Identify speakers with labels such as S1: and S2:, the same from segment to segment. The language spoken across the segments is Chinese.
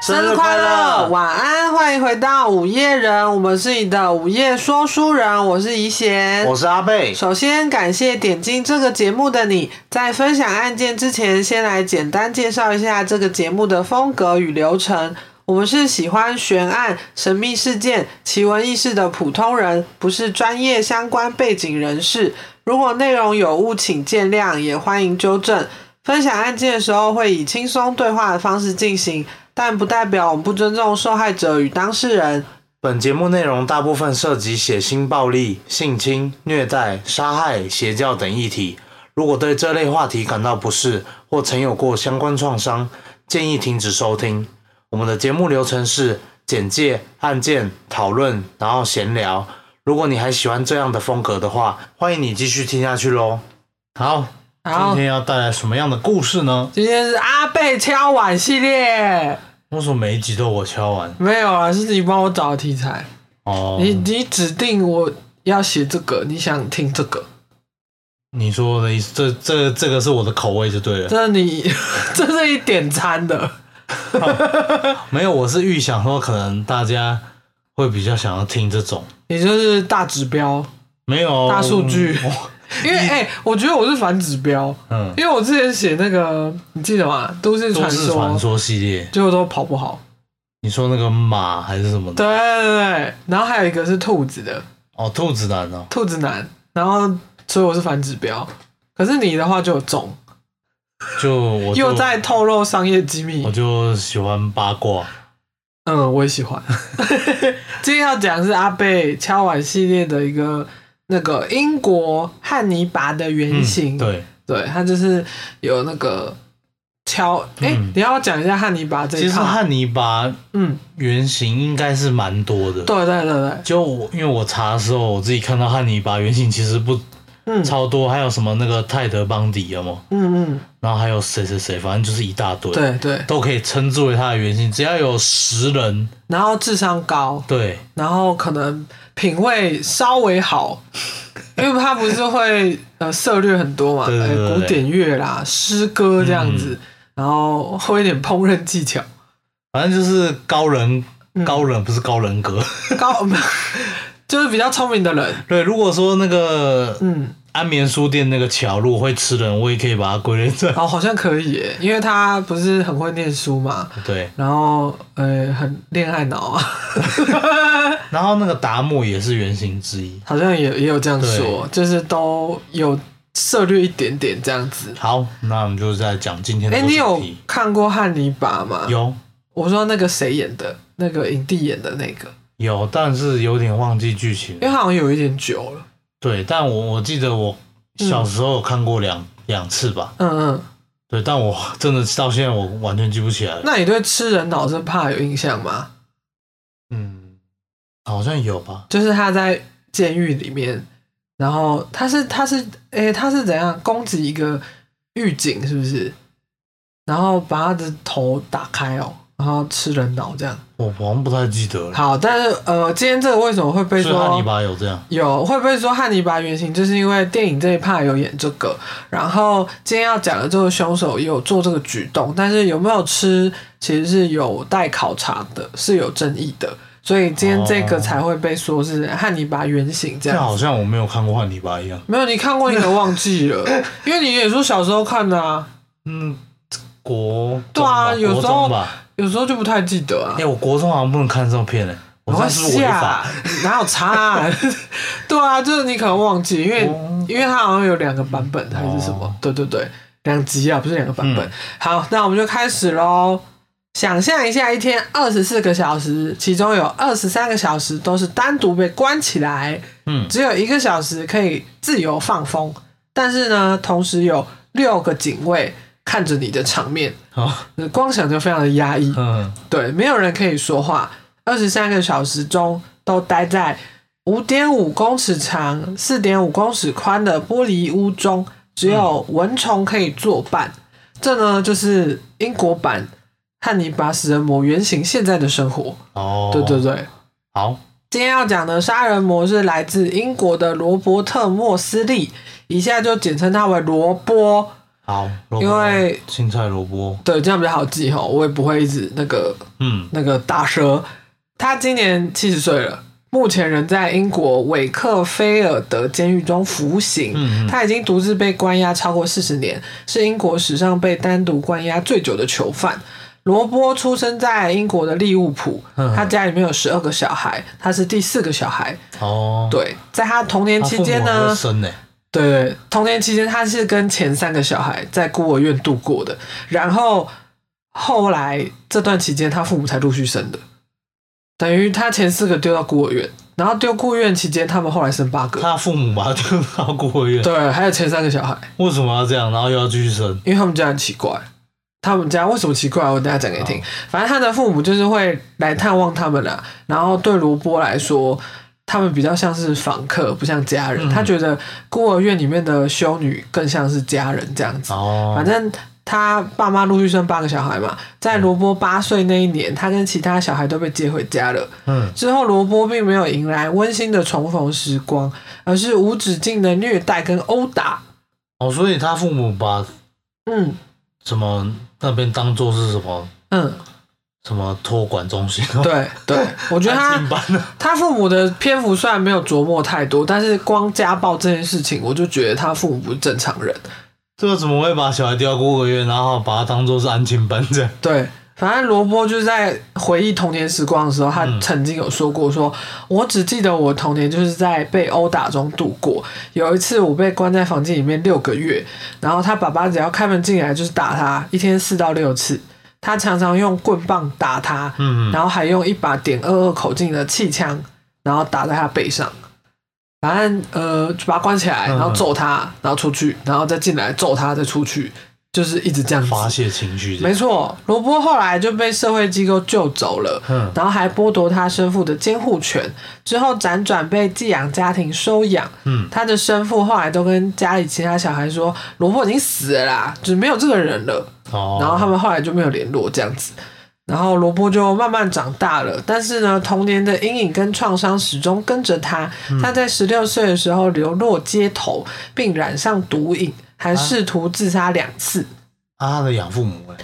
S1: 生日快
S2: 哇！
S1: 乐，晚安，欢迎回到午夜人，我们是你的午夜说书人，我是怡贤，
S2: 我是阿贝，
S1: 首先感谢点进这个节目的你。在分享案件之前，先来简单介绍一下这个节目的风格与流程。我们是喜欢悬案、神秘事件、奇闻异事的普通人，不是专业相关背景人士。如果内容有误，请见谅，也欢迎纠正。分享案件的时候会以轻松对话的方式进行，但不代表我们不尊重受害者与当事人。
S2: 本节目内容大部分涉及血腥、暴力、性侵、虐待、杀害、邪教等议题。如果对这类话题感到不适，或曾有过相关创伤，建议停止收听。我们的节目流程是简介、案件、讨论，然后闲聊。如果你还喜欢这样的风格的话，欢迎你继续听下去喽。好，今
S1: 好，
S2: 天要带来什么样的故事呢？
S1: 今天是阿贝敲碗系列。
S2: 为什么每一集都我敲完？
S1: 没有啊，是你帮我找的题材。
S2: 哦，
S1: 你你指定我要写这个，你想听这个，
S2: 你说的意思，这这这个是我的口味就对了。
S1: 这你 这是一点餐的。
S2: 没有，我是预想说可能大家会比较想要听这种。
S1: 你就是大指标，
S2: 没有
S1: 大数据
S2: 我
S1: 因为哎、我觉得我是反指标，
S2: 嗯，
S1: 因为我之前写那个，你记得吗？都市
S2: 都
S1: 传
S2: 市传
S1: 说，
S2: 说系列，
S1: 结果都跑不好。
S2: 你说那个马还是什么的？
S1: 对啊对对，然后还有一个是兔子的，
S2: 哦，兔子男哦，
S1: 兔子男，然后所以我是反指标。可是你的话就有中，
S2: 就我就
S1: 又在透露商业机密
S2: 我。就喜欢八卦。
S1: 嗯，我也喜欢。 今天要讲的是阿贝敲碗系列的一个那个英国汉尼拔的原
S2: 嗯
S1: 型，
S2: 对，
S1: 对，它就是有那个敲。哎、
S2: 嗯
S1: 你要讲一下汉尼拔这
S2: 其
S1: 一
S2: 实
S1: 套。
S2: 汉尼拔
S1: 嗯，
S2: 原型应该是蛮多的。
S1: 对对对对，
S2: 就我因为我查的时候，我自己看到汉尼拔原型其实不
S1: 嗯
S2: 超多，还有什么那个泰德邦迪有吗？
S1: 嗯嗯，
S2: 然后还有谁谁谁，反正就是一大堆。
S1: 对对。
S2: 都可以称之为他的原型。只要有十人，
S1: 然后智商高，
S2: 对
S1: 然后可能品味稍 微好，因为他不是会呃涉略很多嘛，
S2: 对对对嗯
S1: 呃
S2: 对
S1: 古典乐啦、诗歌这样子，然后会一点烹饪技巧。
S2: 反正就是高人，
S1: 嗯
S2: 高人不是高人格。
S1: 高， 就是比较聪明的人。
S2: 对，如果说那个
S1: 嗯，
S2: 安眠书店那个乔如果会吃人，我也可以把它归类在
S1: 哦，好像可以耶，因为他不是很会念书嘛，
S2: 对。
S1: 然后呃，很恋爱脑啊，
S2: 然后那个达摩也是原型之一。
S1: 好像也也有这样说，就是都有涉略一点点这样子。
S2: 好，那我们就再讲今天的
S1: 哎、
S2: 主
S1: 你有
S2: 题。
S1: 看过《汉尼拔》吗？。
S2: 有
S1: 我说那个谁演的，那个影帝演的那个，
S2: 有，但是有点忘记剧情
S1: 因。为好像有一点久了。
S2: 对，但我我记得我小时候有看过两两、次吧。
S1: 嗯嗯，
S2: 对，但我真的到现在我完全记不起来了。
S1: 那你对吃人脑这怕有印象吗？
S2: 嗯，好像有吧。
S1: 就是他在监狱里面，然后他是他是诶、他是怎样攻击一个狱警是不是？然后把他的头打开哦，然后吃人脑这样。
S2: 我好像不太记得了。
S1: 好，但是呃，今天这个为什么会被
S2: 所以汉尼
S1: 说
S2: 拔有这样，
S1: 有会不会说汉尼拔原型，就是因为电影这一趴有演这个，然后今天要讲的这个凶手也有做这个举动，但是有没有吃其实是有待考察的，是有争议的。所以今天这个
S2: 哦
S1: 才会被说是汉尼拔原型这
S2: 这
S1: 样子
S2: 好像我没有看过汉尼拔一样。
S1: 没有，你看过你可能忘记了，因为你也说小时候看的啊，
S2: 嗯，国
S1: 对啊
S2: 中吧
S1: 有
S2: 国
S1: 时候
S2: 中吧。
S1: 有时候就不太记得啊
S2: 哎、。我国中好像不能看这种片诶、我这样是不是违
S1: 下
S2: 法。，
S1: 哪有差、啊？ 对啊，就是你可能忘记，因为、
S2: 哦
S1: 因为它好像有两个版本还是什么？
S2: 哦
S1: 对对对，两集啊，不是两个版本。
S2: 嗯
S1: 好，那我们就开始喽。想象一下，一天二十四个小时，其中有二十三个小时都是单独被关起来，
S2: 嗯，
S1: 只有一个小时可以自由放风，但是呢，同时有六个警卫看着你的场面，
S2: 好，
S1: 光想就非常的压抑。
S2: 嗯，
S1: 对，没有人可以说话，二十三个小时中都待在五点五公尺长、四点五公尺宽的玻璃屋中，只有蚊虫可以作伴。这呢，就是英国版汉尼拔食人魔原型现在的生活。
S2: 哦，
S1: 对对，对。
S2: 好，
S1: 今天要讲的杀人魔是来自英国的罗伯特·莫斯利，以下就简称他为罗波。
S2: 好，萝卜
S1: 因为
S2: 青菜萝卜，
S1: 对，这样比较好记哈，我也不会一直那个
S2: 嗯，
S1: 那个大蛇，他今年七十岁了，目前仍在英国韦克菲尔德监狱中服刑。
S2: 嗯嗯
S1: 他已经独自被关押超过四十年，是英国史上被单独关押最久的囚犯。罗波出生在英国的利物浦，
S2: 嗯
S1: 他家里面有十二个小孩，他是第四个小孩。
S2: 哦，
S1: 对，在他童年
S2: 他
S1: 期
S2: 父母
S1: 间
S2: 很
S1: 呢
S2: 会，生呢，
S1: 对，童年期间他是跟前三个小孩在孤儿院度过的，然后后来这段期间他父母才陆续生的，等于他前四个丢到孤儿院，然后丢孤儿院期间他们后来生八个，
S2: 他父母把他丢到孤儿院，
S1: 对，还有前三个小孩，
S2: 为什么要这样？然后又要继续生？
S1: 因为他们家很奇怪，他们家为什么奇怪？我等一下讲给你听。反正他的父母就是会来探望他们啦，然后对罗波来说。他们比较像是访客，不像家人。
S2: 嗯
S1: 他觉得孤儿院里面的修女更像是家人这样子。
S2: 哦，
S1: 反正他爸妈陆续生八个小孩嘛，在罗波八岁那一年，他跟其他小孩都被接回家了。
S2: 嗯，
S1: 之后，罗波并没有迎来温馨的重逢时光，而是无止境的虐待跟殴打。
S2: 哦，所以他父母把
S1: 嗯
S2: 什么那边当做是什么
S1: 嗯，
S2: 什么托管中心，
S1: 对对，我觉得
S2: 哦安
S1: 他
S2: 静班啊了，
S1: 他父母的篇幅虽然没有琢磨太多，但是光家暴这件事情，我就觉得他父母不是正常人。
S2: 这个怎么会把小孩丢到孤儿院，然后把他当做是安亲班这样？
S1: 对，反正罗波就是在回忆童年时光的时候，他曾经有说过说，我只记得我童年就是在被殴打中度过。有一次我被关在房间里面六个月，然后他爸爸只要开门进来就是打他，一天四到六次。他常常用棍棒打他，
S2: 嗯
S1: 然后还用一把点二二口径的气枪，然后打在他背上。反正呃，就把他关起来，
S2: 嗯
S1: 然后揍他，然后出去，然后再进来揍他，再出去，就是一直这样子。
S2: 发泄情绪这
S1: 没
S2: 样，
S1: 错，罗波后来就被社会机构救走了，
S2: 嗯
S1: 然后还剥夺他生父的监护权，之后辗转被寄养家庭收养。
S2: 嗯，
S1: 他的生父后来都跟家里其他小孩说，罗波已经死了啦，就是没有这个人了。
S2: 哦，
S1: 然后他们后来就没有联络这样子。然后罗伯就慢慢长大了，但是呢，童年的阴影跟创伤始终跟着他。
S2: 嗯
S1: 他在十六岁的时候流落街头，并染上毒瘾，
S2: 啊
S1: 还试图自杀两次。
S2: 啊他的养父母哎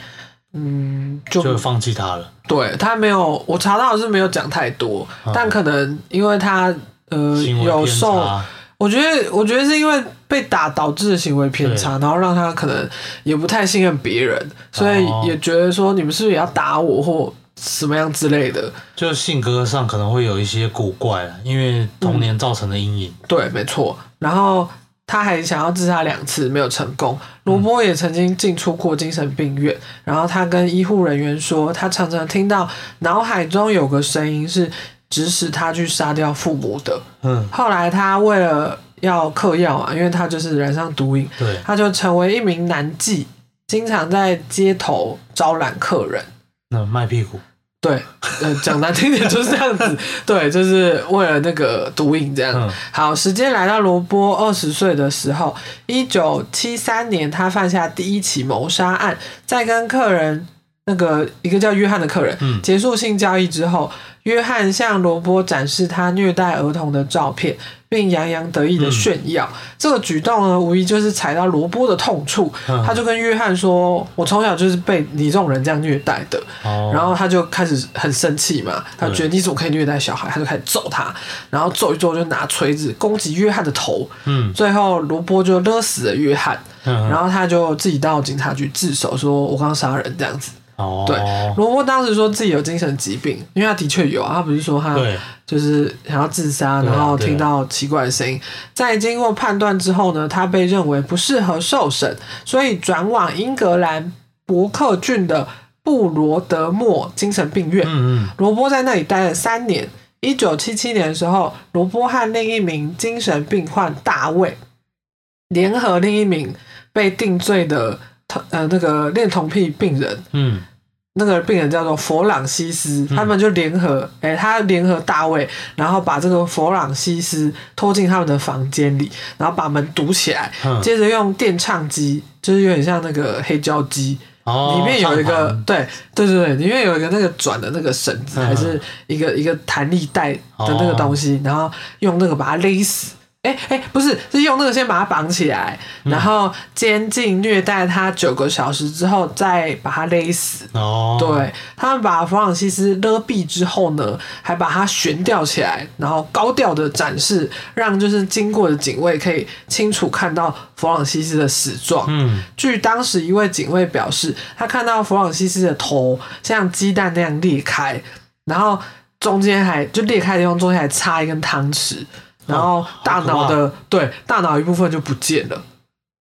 S1: 嗯，就
S2: 就放弃他了，
S1: 对他没有，我查到的是没有讲太多，
S2: 嗯
S1: 但可能因为他呃
S2: 行为
S1: 有
S2: 偏
S1: 受，
S2: 差，
S1: 我觉得我觉得是因为被打导致的行为偏差，然后让他可能也不太信任别人，所以
S2: 哦
S1: 也觉得说你们是不是也要打我或什么样之类的。
S2: 就性格上可能会有一些古怪了，因为童年造成的阴影。
S1: 对，没错。然后他还想要自杀两次，没有成功。罗波也曾经进出过精神病院，然后他跟医护人员说，他常常听到脑海中有个声音是指使他去杀掉父母的。
S2: 嗯，
S1: 后来他为了要嗑药啊，因为他就是染上毒瘾，
S2: 对，
S1: 他就成为一名男妓，经常在街头招揽客人。
S2: 那卖屁股，
S1: 对，呃，讲难听点就是这样子，对，就是为了那个毒瘾这样。
S2: 嗯
S1: 好，时间来到罗波二十岁的时候，一九七三年，他犯下第一起谋杀案，在跟客人那个一个叫约翰的客人、
S2: 嗯
S1: 结束性交易之后，约翰向罗波展示他虐待儿童的照片，并洋洋得
S2: 嗯
S1: 意的炫耀。这个举动呢，无疑就是踩到罗波的痛处。
S2: 嗯
S1: 他就跟约翰说：“我从小就是被你这种人这样虐待的。”
S2: 哦，
S1: 然后他就开始很生气嘛，他觉得你怎么可以虐待小孩？他就开始揍他，然后揍一揍就拿锤子攻击约翰的头，
S2: 嗯，
S1: 最后罗波就勒死了约翰，
S2: 嗯
S1: 然后他就自己到警察局自首，说我刚杀人这样子。
S2: 哦，
S1: 对，罗波当时说自己有精神疾病，因为他的确有啊，他不是说他
S2: 对，
S1: 就是想要自杀，
S2: 对啊啊
S1: 然后
S2: 对啊
S1: 听到奇怪的声音。在经过判断之后呢，他被认为不适合受审，所以转往英格兰伯克郡的布罗德莫精神病院。
S2: 嗯嗯，
S1: 罗波在那里待了三年。一九七七年的时候，罗波和另一名精神病患大卫联合另一名被定罪的呃那个恋童癖病人
S2: 嗯，
S1: 那个病人叫做佛朗西斯，他们就联合，哎、他联合大卫，然后把这个佛朗西斯拖进他们的房间里，然后把门堵起来，
S2: 嗯
S1: 接着用电唱机，就是有点像那个黑胶机，
S2: 哦，
S1: 里面有一个
S2: 上
S1: 对对对对，里面有一个那个转的那个绳子，
S2: 嗯哦
S1: 还是一个一个弹力带的那个东西，然后用那个把它勒死，哎哎，不是，是用那个先把他绑起来，
S2: 嗯
S1: 然后监禁虐待他九个小时之后，再把他勒死。
S2: 哦，，
S1: 对他们把弗朗西斯勒毙之后呢，还把他悬吊起来，然后高调的展示，让就是经过的警卫可以清楚看到弗朗西斯的死状。
S2: 嗯，
S1: 据当时一位警卫表示，他看到弗朗西斯的头像鸡蛋那样裂开，然后中间还就裂开的地方中间还插一根汤匙，然后大脑的、对大脑一部分就不见了，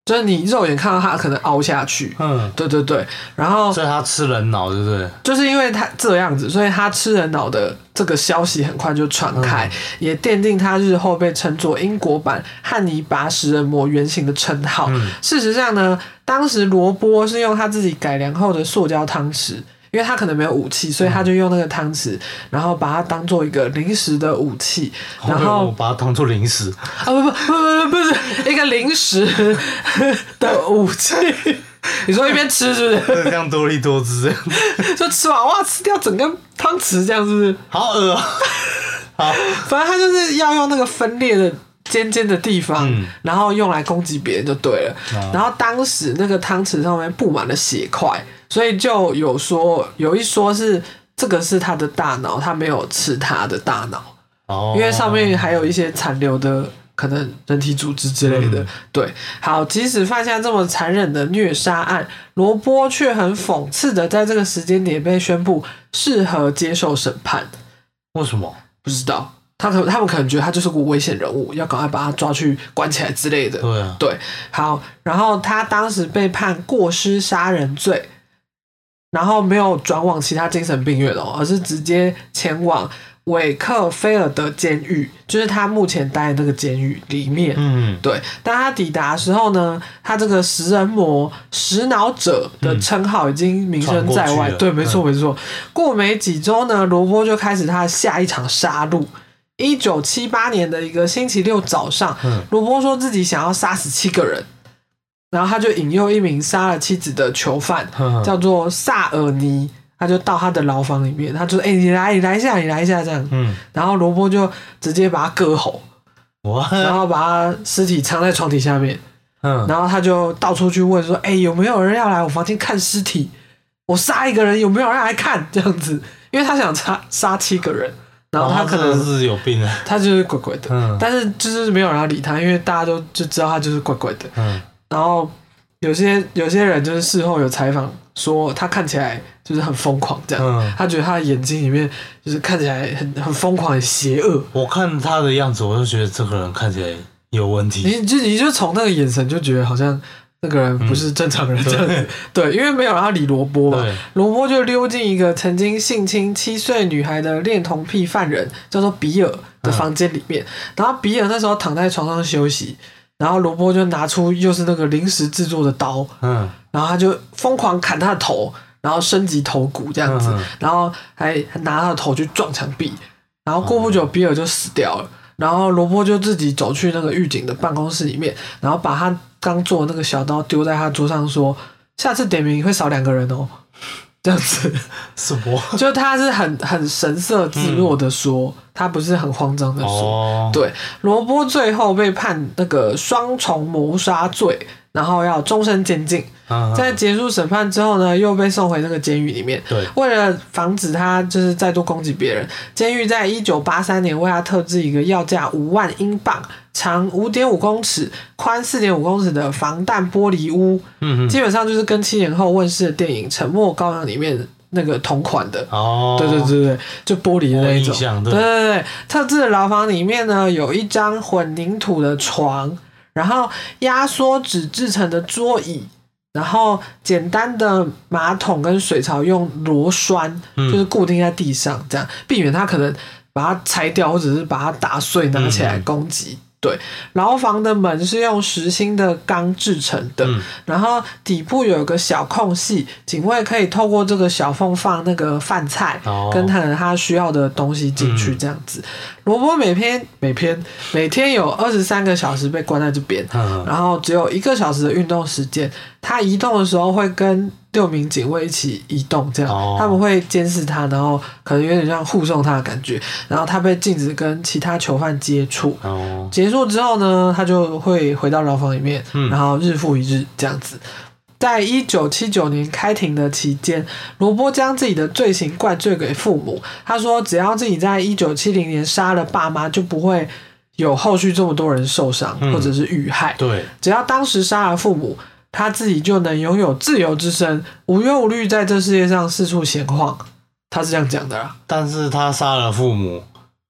S1: 就是你肉眼看到它可能凹下去。
S2: 嗯，
S1: 对对对，然后
S2: 所以他吃人脑，对不对？
S1: 就是因为他这样子，所以他吃人脑的这个消息很快就传开，也奠定他日后被称作英国版汉尼拔食人魔原型的称号。
S2: 嗯
S1: 事实上呢，当时罗波是用他自己改良后的塑胶汤匙。因为他可能没有武器，所以他就用那个汤匙，然后把它当做一个临时的武器，然后
S2: 我把它当做零 食，
S1: 啊不不不不不是一个临时的武器。 你说一边吃是不
S2: 就像多利多汁这样，
S1: 是？就吃完哇，吃掉整根汤匙这样是不是？
S2: 好恶、 哦。好，
S1: 反正他就是要用那个分裂的尖尖的地方，
S2: 嗯啊
S1: 然后用来攻击别人就对了。然后当时那个汤匙上面布满了血块，所以就有说有一说是这个是他的大脑，他没有吃他的大脑。
S2: 哦，
S1: 因为上面还有一些残留的可能人体组织之类的。
S2: 嗯
S1: 对，好，即使犯下这么残忍的虐杀案，罗波却很讽刺的在这个时间点被宣布适合接受审判。
S2: 为什么？
S1: 不知道他可他们可能觉得他就是个危险人物，要赶快把他抓去关起来之类的。
S2: 对啊，
S1: 对，好，然后他当时被判过失杀人罪，然后没有转往其他精神病院哦，而是直接前往韦克菲尔德监狱，就是他目前待的那个监狱里面。
S2: 嗯，
S1: 对，当他抵达的时候呢，他这个食人魔、食脑者的称号已经名声在
S2: 传过
S1: 外。
S2: 去了嗯
S1: 对，没错，没错。过没几周呢，罗伯就开始他的下一场杀戮。一九七八年的一个星期六早上，
S2: 嗯
S1: 罗伯说自己想要杀死七个人，然后他就引诱一名杀了妻子的囚犯，
S2: 嗯
S1: 叫做萨尔尼，他就到他的牢房里面，他就说：“哎、你来，你来一下，你来一下。”这样，
S2: 嗯，
S1: 然后罗伯就直接把他割喉，
S2: 我
S1: 然后把他尸体藏在床底下面，
S2: 嗯，
S1: 然后他就到处去问说：“哎、有没有人要来我房间看尸体？我杀一个人，有没有人来看？”这样子，因为他想杀杀七个人，然后他可
S2: 真
S1: 能
S2: 的是有病啊，
S1: 他就是怪怪的，
S2: 嗯
S1: 但是就是没有人要理他，因为大家都就知道他就是怪怪的。
S2: 嗯，
S1: 然后有些有些人就是事后有采访说，他看起来就是很疯狂这样，
S2: 嗯
S1: 他觉得他的眼睛里面就是看起来很很疯狂、很邪恶。
S2: 我看他的样子，我就觉得这个人看起来有问题。
S1: 你就你就从那个眼神就觉得好像那个人不是正常人这样子，对，因为没有人要理罗波嘛
S2: 对，
S1: 罗波就溜进一个曾经性侵七岁女孩的恋童癖犯人，叫做比尔的房间里面，然后比尔那时候躺在床上休息，然后罗波就拿出又是那个临时制作的刀，
S2: 嗯，
S1: 然后他就疯狂砍他的头，然后升级头骨这样子，
S2: 嗯嗯
S1: 然后还拿他的头去撞墙壁，然后过不久比尔就死掉了，然后罗伯就自己走去那个狱警的办公室里面，然后把他刚做的那个小刀丢在他桌上说，下次点名会少两个人哦， 这样子，
S2: 是 我。
S1: 就他是很很神色自若的说，他不是很慌张的说，
S2: 嗯哦，
S1: 对，罗波最后被判那个双重谋杀罪，然后要终身监禁。
S2: 嗯，
S1: 在结束审判之后呢，又被送回那个监狱里面。
S2: 对
S1: 为了防止他就是再度攻击别人，监狱在一九八三年为他特制一个要价五万英镑、长五点五公尺、宽四点五公尺的防弹玻璃屋，
S2: 嗯嗯，
S1: 基本上就是跟七年后问世的电影《沉默羔羊》里面那个同款的。
S2: 哦，
S1: 对对，对对，就玻璃的那
S2: 我
S1: 一
S2: 有印
S1: 种。
S2: 象
S1: 对
S2: 对
S1: 对对，特制的牢房里面呢，有一张混凝土的床，然后压缩纸制成的桌椅，然后简单的马桶跟水槽用螺栓，
S2: 嗯
S1: 就是固定在地上，这样避免它可能把它拆掉或者是把它打碎拿起来
S2: 嗯嗯
S1: 攻击。对，牢房的门是用实心的钢制成的，
S2: 嗯
S1: 然后底部有个小空隙，警卫可以透过这个小缝放那个饭菜，
S2: 哦嗯
S1: 跟他他需要的东西进去，这样子。罗伯每天每天每天有二十三个小时被关在这边，
S2: 嗯
S1: 然后只有一个小时的运动时间。他移动的时候会跟六名警卫一起移动，这样、
S2: 哦
S1: 他们会监视他，然后可能有点像护送他的感觉。然后他被禁止跟其他囚犯接触。
S2: 哦，
S1: 结束之后呢，他就会回到牢房里面，
S2: 嗯
S1: 然后日复一日这样子。在一九七九年开庭的期间，罗波将自己的罪行怪罪给父母。他说，只要自己在一九七零年杀了爸妈，就不会有后续这么多人受伤
S2: 嗯
S1: 或者是遇害。
S2: 对，
S1: 只要当时杀了父母，他自己就能拥有自由之身，无忧无虑在这世界上四处闲晃。他是这样讲的啦，
S2: 但是他杀了父母，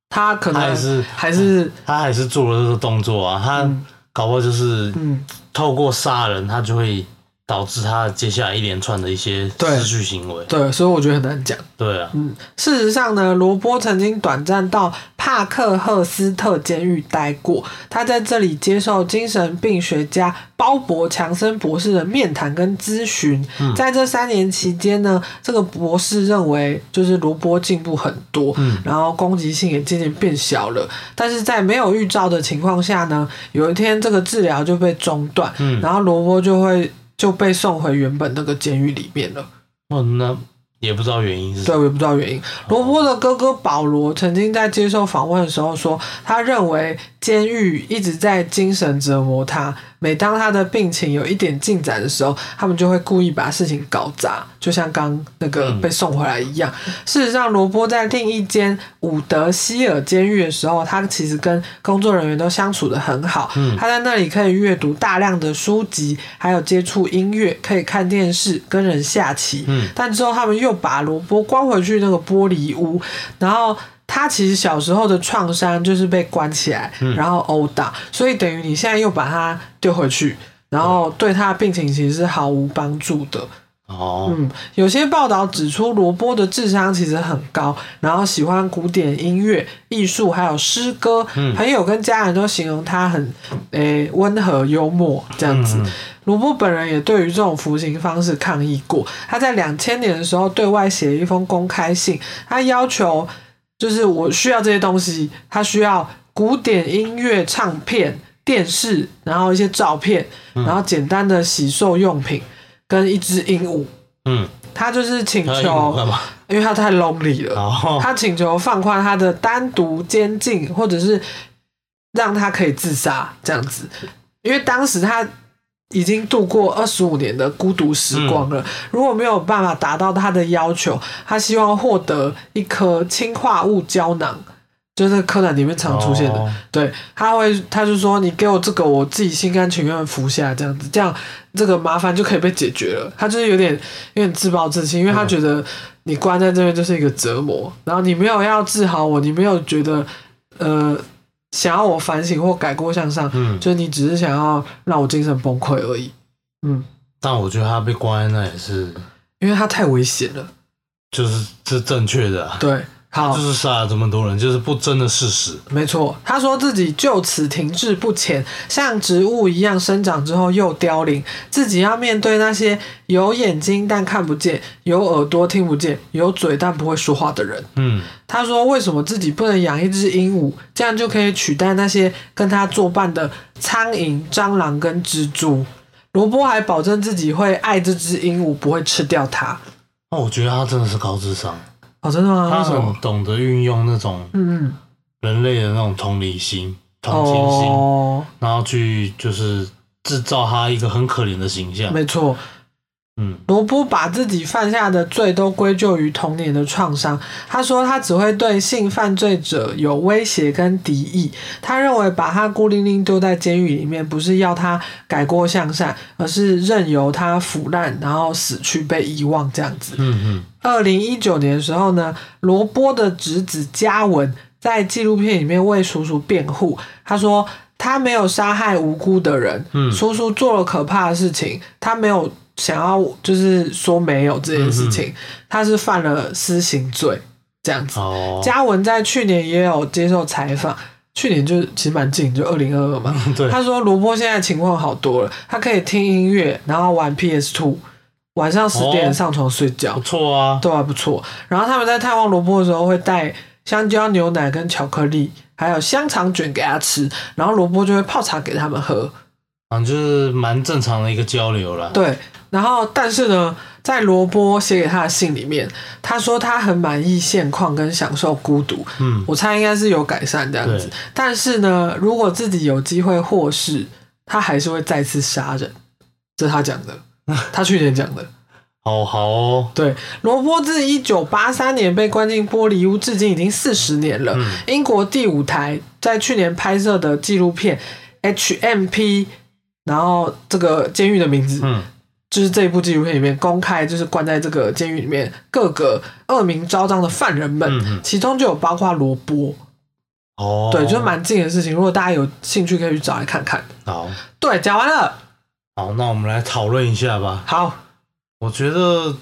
S1: 他可
S2: 他
S1: 能
S2: 还是
S1: 还是
S2: 他还是做了这个动作啊，他
S1: 嗯
S2: 搞不好就是
S1: 嗯，
S2: 透过杀人，他就会导致他接下来一连串的一些
S1: 对
S2: 失序行为。
S1: 对，所以我觉得很难讲。
S2: 对啊，
S1: 嗯，事实上呢，罗波曾经短暂到帕克赫斯特监狱待过，他在这里接受精神病学家鲍勃·强森博士的面谈跟咨询。
S2: 嗯
S1: 在这三年期间呢，这个博士认为就是罗波进步很多，
S2: 嗯
S1: 然后攻击性也渐渐变小了。但是在没有预兆的情况下呢，有一天这个治疗就被中断，
S2: 嗯
S1: 然后罗波就会就被送回原本那个监狱里面了。
S2: 哦，那也不知道原因是什
S1: 对，
S2: 么。
S1: 我也不知道原因。罗伯的哥哥保罗曾经在接受访问的时候说，他认为监狱一直在精神折磨他。每当他的病情有一点进展的时候，他们就会故意把事情搞砸，就像刚那个
S2: 嗯
S1: 被送回来一样。事实上，罗伯在另一间伍德希尔监狱的时候，他其实跟工作人员都相处的很好。
S2: 嗯
S1: 他在那里可以阅读大量的书籍，还有接触音乐，可以看电视，跟人下棋。
S2: 嗯
S1: 但之后他们又把罗伯关回去那个玻璃屋，然后。他其实小时候的创伤就是被关起来，
S2: 嗯
S1: 然后殴打，所以等于你现在又把他丢回去，然后对他的病情其实是毫无帮助的。
S2: 哦，
S1: 嗯，有些报道指出，罗波的智商其实很高，然后喜欢古典音乐、艺术还有诗歌，
S2: 嗯
S1: 朋友跟家人都形容他很诶温、和幽默这样子
S2: 嗯嗯。
S1: 罗、波本人也对于这种服刑方式抗议过，他在两千年的时候对外写了一封公开信，他要求就是我需要这些东西，他需要古典音乐唱片、电视，然后一些照片，
S2: 嗯
S1: 然后简单的洗漱用品。跟一只鹦鹉，
S2: 嗯，
S1: 他就是请
S2: 他要引
S1: 求
S2: 干，嘛？
S1: 因为他太 lonely 了，
S2: 哦，
S1: 他请求放宽他的单独监禁，或者是让他可以自杀这样子。因为当时他已经度过二十五年的孤独时光
S2: 嗯
S1: 了，如果没有办法达到他的要求，他希望获得一颗氰化物胶囊，就是柯南里面常出现的。
S2: 哦
S1: 对，他会，他就说你给我这个，我自己心甘情愿服下，啊这样子，这样这个麻烦就可以被解决了。他就是有点有点自暴自弃，因为他觉得你关在这边就是一个折磨，然后你没有要治好我，你没有觉得呃想要我反省或改过向上，
S2: 嗯，
S1: 就是你只是想要让我精神崩溃而已。嗯，
S2: 但我觉得他被关在那也是，
S1: 因为他太危险了。
S2: 就是是正确的、啊，
S1: 对，好
S2: 就，是杀了这么多人，就是不争的事实。
S1: 没错，他说自己就此停滞不前，像植物一样生长之后又凋零，自己要面对那些有眼睛但看不见、有耳朵听不见、有嘴但不会说话的人。
S2: 嗯，
S1: 他说：“为什么自己不能养一只鹦鹉，这样就可以取代那些跟他作伴的苍蝇、蟑螂跟蜘蛛？”罗伯还保证自己会爱这只鹦鹉，不会吃掉它。
S2: 那我觉得他真的是高智商，
S1: 哦，真的吗？
S2: 他
S1: 为什么
S2: 很？懂得运用那种
S1: 嗯嗯，
S2: 人类的那种同理心、同情心，
S1: 哦，
S2: 然后去就是制造他一个很可怜的形象。
S1: 没错。
S2: 嗯，
S1: 罗波把自己犯下的罪都归咎于童年的创伤。他说他只会对性犯罪者有威胁跟敌意。他认为把他孤零零丢在监狱里面，不是要他改过向善，而是任由他腐烂，然后死去被遗忘这样子。
S2: 嗯嗯，
S1: 二零一九年的时候呢，罗波的侄子嘉文在纪录片里面为叔叔辩护，他说他没有杀害无辜的人，
S2: 嗯
S1: 叔叔做了可怕的事情，他没有想要就是说没有这件事情，他是犯了私刑罪这样子。
S2: 嗯哦，
S1: 嘉文在去年也有接受采访，去年就其实蛮近，就二零二二嘛，
S2: 对，
S1: 他说罗波现在情况好多了，他可以听音乐，然后玩 PS Two，晚上十点
S2: 哦
S1: 上床睡觉。
S2: 不错啊。
S1: 对啊，不错。然后他们在探望萝卜的时候会带香蕉、牛奶跟巧克力，还有香肠卷给他吃，然后萝卜就会泡茶给他们喝。
S2: 嗯，就是蛮正常的一个交流啦。
S1: 对，然后但是呢，在罗波写给他的信里面，他说他很满意现况跟享受孤独。
S2: 嗯，
S1: 我猜应该是有改善这样子
S2: 对。
S1: 但是呢，如果自己有机会获释，他还是会再次杀人。这是他讲的，他去年讲的。
S2: 好好哦，
S1: 对，罗伯自一九八三年被关进玻璃屋，至今已经四十年了。
S2: 嗯
S1: 英国第五台在去年拍摄的纪录片《HMP》，然后这个监狱的名字、
S2: 嗯，
S1: 就是这一部纪录片里面公开，就是关在这个监狱里面各个恶名昭彰的犯人们，
S2: 嗯嗯
S1: 其中就有包括罗伯。
S2: 哦，
S1: 对，就是蛮近的事情。如果大家有兴趣，可以去找来看看。
S2: 好。
S1: 对，讲完了，
S2: 好，那我们来讨论一下吧。
S1: 好，
S2: 我觉得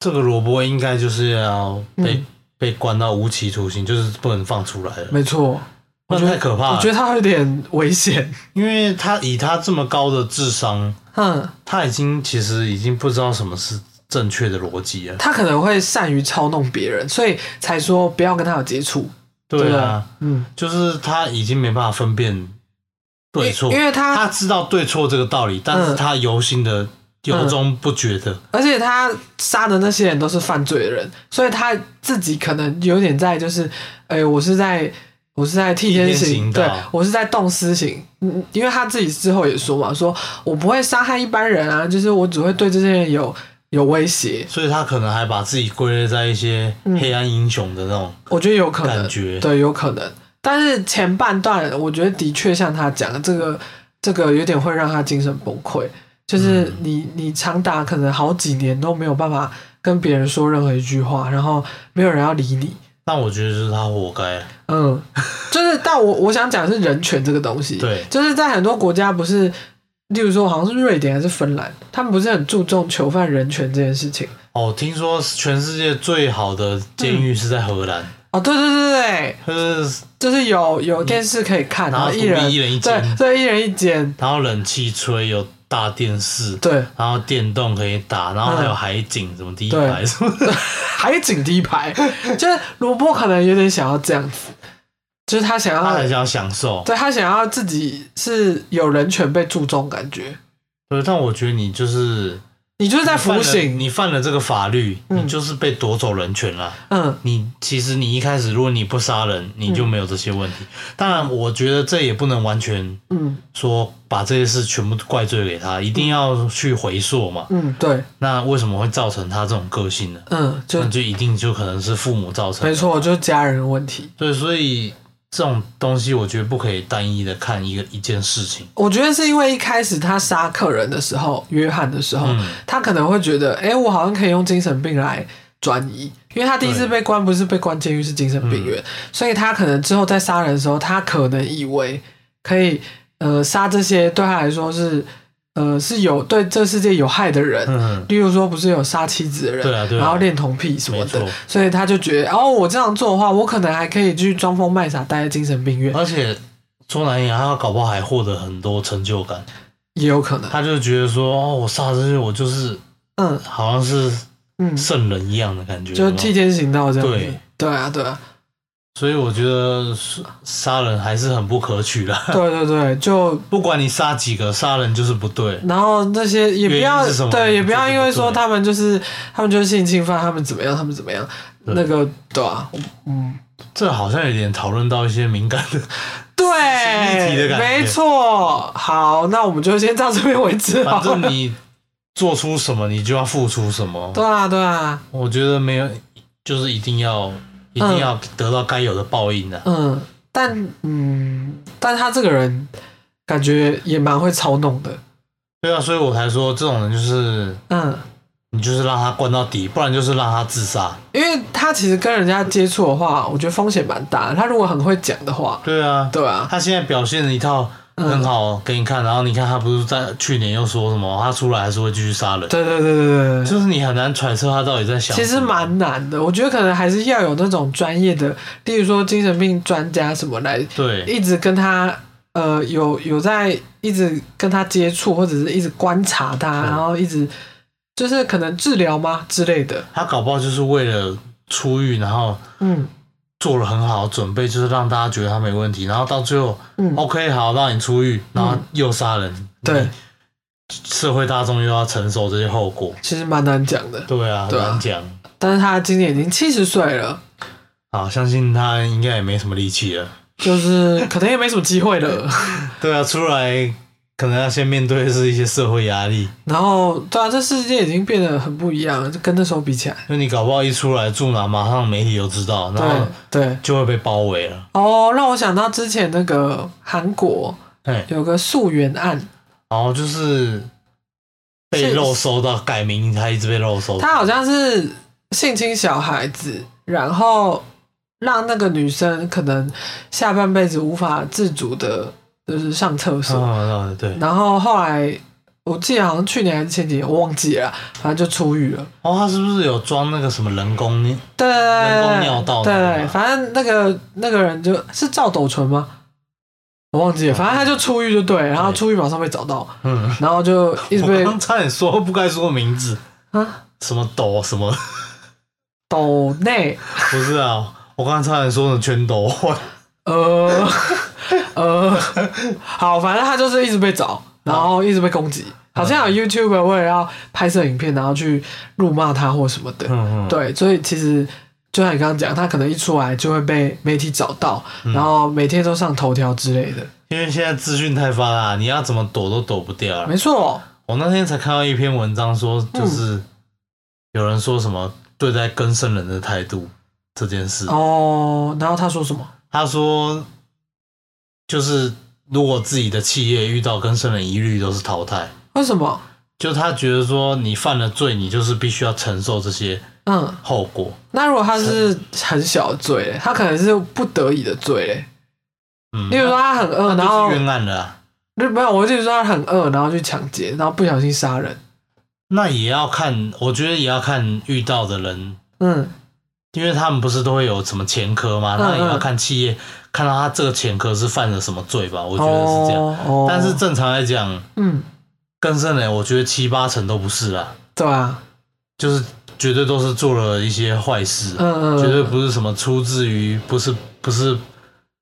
S2: 这个萝卜应该就是要被、
S1: 嗯
S2: 被关到无期徒刑，就是不能放出来了。
S1: 没错，我
S2: 那
S1: 觉得
S2: 太可怕了，
S1: 我觉得他有点危险。
S2: 因为他以他这么高的智商，
S1: 嗯。
S2: 他已经其实已经不知道什么是正确的逻辑了。
S1: 他可能会善于操弄别人，所以才说不要跟他有接触。
S2: 对
S1: 对
S2: 啊
S1: 啊，嗯，
S2: 就是他已经没办法分辨对错，
S1: 因为他
S2: 他知道对错这个道理，但是
S1: 啊嗯
S2: 他由心的由衷不觉得。
S1: 而且他杀的那些人都是犯罪的人，所以他自己可能有点在就是，哎、我是在我是在替天
S2: 替天行
S1: 行，
S2: 道
S1: 对我是在动私刑。嗯，因为他自己之后也说嘛，说我不会杀害一般人啊，就是我只会对这些人有有威胁。
S2: 所以他可能还把自己归类在一些黑暗英雄的那种，
S1: 我觉得有可能，
S2: 感觉
S1: 对，有可能。但是前半段，我觉得的确像他讲的，这个这个有点会让他精神崩溃，
S2: 嗯
S1: 就是你、你长达可能好几年都没有办法跟别人说任何一句话，然后没有人要理你。
S2: 但我觉得就是他活该。啊
S1: 嗯， 就是，但我我想讲的是人权这个东西，
S2: 对
S1: 就是在很多国家不是，例如说好像是瑞典还是芬兰，他们不是很注重囚犯人权这件事情。
S2: 哦，听说全世界最好的监狱是在荷兰，
S1: 哦，对对对对对，
S2: 就是
S1: 就是有有电视可以看，
S2: 嗯然后
S1: 一
S2: 独立
S1: 人
S2: 一人一
S1: 对
S2: 间
S1: 对，一人一间，
S2: 然后冷气吹，有大电视，
S1: 对，
S2: 然后电动可以打，然后还有
S1: 嗯
S2: 海景什么第一
S1: 对
S2: 排什么的，
S1: 还紧第一排， 就是萝卜可能有点想要这样子，就是他想
S2: 他
S1: 要，
S2: 很想享受。
S1: 对他想要自己是有人权被注重感觉，
S2: 对，但我觉得你就是
S1: 你就是在
S2: 你犯
S1: 服
S2: 了
S1: 刑，
S2: 你犯了这个法律，
S1: 嗯
S2: 你就是被夺走人权了。
S1: 嗯
S2: 你其实你一开始，如果你不杀人，你就没有这些问题。当然，我觉得这也不能完全
S1: 嗯
S2: 说把这些事全部怪罪给他，一定要去回溯嘛。
S1: 嗯，对，
S2: 那为什么会造成他这种个性呢？
S1: 嗯，就
S2: 那就一定就可能是父母造成的。
S1: 没错，就是家人的问题。
S2: 对，所以这种东西我觉得不可以单一的看一个一件事情。
S1: 我觉得是因为一开始他杀客人的时候，约翰的时候，
S2: 嗯
S1: 他可能会觉得，哎、我好像可以用精神病来转移，因为他第一次
S2: 对
S1: 被关不是被关监狱，是精神病院，
S2: 嗯
S1: 所以他可能之后在杀人的时候，他可能以为可以，呃，杀这些对他来说是，呃，是有对这世界有害的人。
S2: 嗯，
S1: 例如说，不是有杀妻子的人，
S2: 对啊对啊
S1: 然后恋童癖什么的
S2: 没错，
S1: 所以他就觉得，哦，我这样做的话，我可能还可以继续装疯卖傻，待在精神病院，
S2: 而且说难听，他搞不好还获得很多成就感。
S1: 也有可能。
S2: 他就觉得说，哦，我杀这些，我就是
S1: 嗯
S2: 好像是
S1: 嗯，
S2: 圣人一样的感觉。
S1: 就
S2: 有没有
S1: 替天行道这样子。
S2: 对
S1: 对啊，对啊，
S2: 所以我觉得杀人还是很不可取的。
S1: 对对对，就
S2: 不管你杀几个，杀人就是不对。
S1: 然后那些也不
S2: 原
S1: 要
S2: 因是什么
S1: 对，也不要因为
S2: 这个
S1: 说
S2: 不对
S1: 他们就是他们就是性侵犯，他们怎么样，他们怎么样，
S2: 对
S1: 那个对啊，嗯，
S2: 这好像有点讨论到一些敏感 的，议题的
S1: 对，
S2: 感觉
S1: 没错。好，那我们就先到这边为止好
S2: 反
S1: 了。
S2: 正你做出什么，你就要付出什么。
S1: 对啊，对啊，
S2: 我觉得没有，就是一定要一定要得到该有的报应啊的、
S1: 嗯，但嗯，但他这个人感觉也蛮会操弄的，
S2: 对啊，所以我才说这种人就是
S1: 嗯。
S2: 你就是让他关到底，不然就是让他自杀。
S1: 因为他其实跟人家接触的话，我觉得风险蛮大的。他如果很会讲的话，
S2: 对啊，
S1: 对啊，
S2: 他现在表现了一套很好给你看，然后你看他不是在去年又说什么，他出来还是会继续杀人，
S1: 对对对对对对，
S2: 就是你很难揣测他到底在想什
S1: 其
S2: 么。
S1: 实蛮难的。我觉得可能还是要有那种专业的，例如说精神病专家什么来，
S2: 对，
S1: 一直跟他呃有有在一直跟他接触，或者是一直观察
S2: 嗯
S1: 他，然后一直就是可能治疗吗之类的。
S2: 他搞不好就是为了出狱，然后
S1: 嗯
S2: 做了很好的准备，就是让大家觉得他没问题，然后到最后、
S1: 嗯，
S2: OK 好，让你出狱，然后又杀人，
S1: 对，
S2: 社会大众又要承受这些后果。
S1: 其实蛮难讲的。
S2: 对啊，
S1: 对啊
S2: 难讲。
S1: 但是他今年已经七十岁了，
S2: 啊，相信他应该也没什么力气了。
S1: 就是可能也没什么机会了。
S2: 对啊，出来可能要先面对的是一些社会压力，
S1: 然后，对啊，这世界已经变得很不一样了，就跟那时候比起来。
S2: 因为你搞不好一出来住哪，马上媒体就知道，然
S1: 对
S2: 后
S1: 对，
S2: 就会被包围了。
S1: 哦，让我想到之前那个韩国
S2: 哎，
S1: 有个溯源案，
S2: 然后就是被
S1: 是
S2: 肉搜到，改名他一直被肉搜。
S1: 他好像是性侵小孩子，然后让那个女生可能下半辈子无法自主的，就是上厕所。
S2: 嗯，嗯对。
S1: 然后后来我记得好像去年还是前几年，我忘记了，反正就出狱了。
S2: 哦，他是不是有装那个什么人工呢？
S1: 对，
S2: 宫尿道那个
S1: 对，
S2: 吗
S1: 反正那个那个人就是赵斗淳吗？我忘记了，反正他就出狱就对，然后
S2: 对
S1: 出狱马上被找到，
S2: 嗯，
S1: 然后就一直
S2: 我
S1: 被
S2: 刚差点说不该说名字，
S1: 啊
S2: 什么抖什么，
S1: 斗内
S2: 不是啊，我刚刚差点说成全抖。
S1: 呃 呃，好，反正他就是一直被找，然后一直被攻击，好像有 YouTuber 为了要拍摄影片，然后去辱骂他或什么的，
S2: 嗯嗯，
S1: 对，所以其实就像你刚刚讲，他可能一出来就会被媒体找到，然后每天都上头条之类的。
S2: 因为现在资讯太发达，你要怎么躲都躲不掉了。
S1: 没错，
S2: 我那天才看到一篇文章说，就是
S1: 嗯
S2: 有人说什么对待更生人的态度这件事，
S1: 哦，然后他说什么？
S2: 他说就是如果自己的企业遇到更生人，一律都是淘汰。
S1: 为什么？
S2: 就他觉得说你犯了罪，你就是必须要承受这些
S1: 嗯，
S2: 后果。
S1: 那如果他是很小的罪嘞，他可能是不得已的罪嘞。
S2: 嗯，
S1: 例如说他很饿，然
S2: 那
S1: 后
S2: 就是冤案了啊、
S1: 就没有，我就是说他很饿，然后去抢劫，然后不小心杀人。
S2: 那也要看，我觉得也要看遇到的人
S1: 嗯，
S2: 因为他们不是都会有什么前科吗？
S1: 嗯
S2: 那也要
S1: 嗯
S2: 看企业看到他这个前科是犯了什么罪吧，我
S1: 我
S2: 觉得是这样。
S1: 哦哦、
S2: 但是正常来讲，
S1: 嗯，
S2: 更生人我觉得七八成都不是啦，
S1: 对啊，
S2: 就是绝对都是做了一些坏事，啊
S1: 嗯嗯，
S2: 绝对不是什么出自于不是不是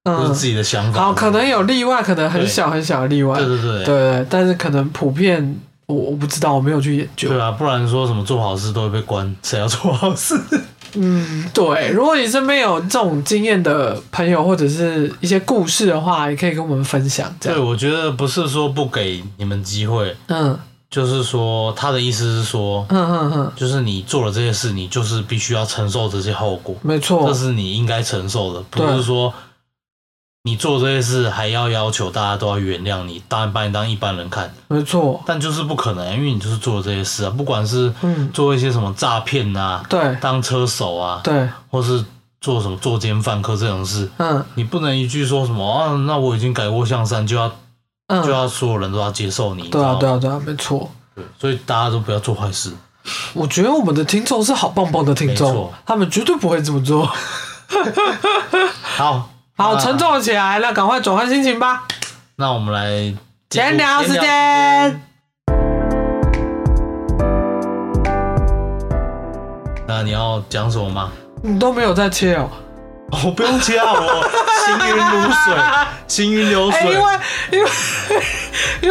S2: 不是
S1: 嗯
S2: 自，己的想法。
S1: 好，可能有例外，可能很
S2: 对
S1: 小很小的例外。
S2: 对对对
S1: 对对，但是可能普遍，我我不知道，我没有去研究。
S2: 对啊，不然说什么做好事都会被关， 谁要做好 事？
S1: 嗯，对，如果你身边有这种经验的朋友或者是一些故事的话，也可以跟我们分享。这
S2: 对，
S1: 样，
S2: 我觉得不是说不给你们机会，
S1: 嗯
S2: 就是说他的意思是说，
S1: 嗯嗯嗯，
S2: 就是你做了这些事，你就是必须要承受这些后果，
S1: 没
S2: 这
S1: 错，
S2: 是你应该承受的，不
S1: 对
S2: 是说你做这些事还要要求大家都要原谅你，当然把你当一般人看，
S1: 没错，
S2: 但就是不可能，因为你就是做了这些事啊，不管是
S1: 嗯，
S2: 做一些什么诈骗啊、
S1: 对
S2: 当车手啊，
S1: 对，
S2: 或是做什么作奸犯科这种事，
S1: 嗯
S2: 你不能一句说什么啊，那我已经改过向善，就要就
S1: 嗯，
S2: 要所有人都要接受你，
S1: 对
S2: 你
S1: 啊
S2: 知
S1: 对
S2: 道吗
S1: 啊对啊，没错。
S2: 所以大家都不要做坏事。
S1: 我觉得我们的听众是好棒棒的听
S2: 没
S1: 众
S2: 错，
S1: 他们绝对不会这么 做。
S2: 好，
S1: 好，
S2: 那
S1: 沉重起来了，赶快转换心情吧。
S2: 那我们来进入
S1: 闲聊时
S2: 闲
S1: 间，
S2: 那你要讲什么吗？
S1: 你都没有在切哦。
S2: 我不用切啊，我行云流水， 行云流
S1: 哎、
S2: 水。
S1: 因为因为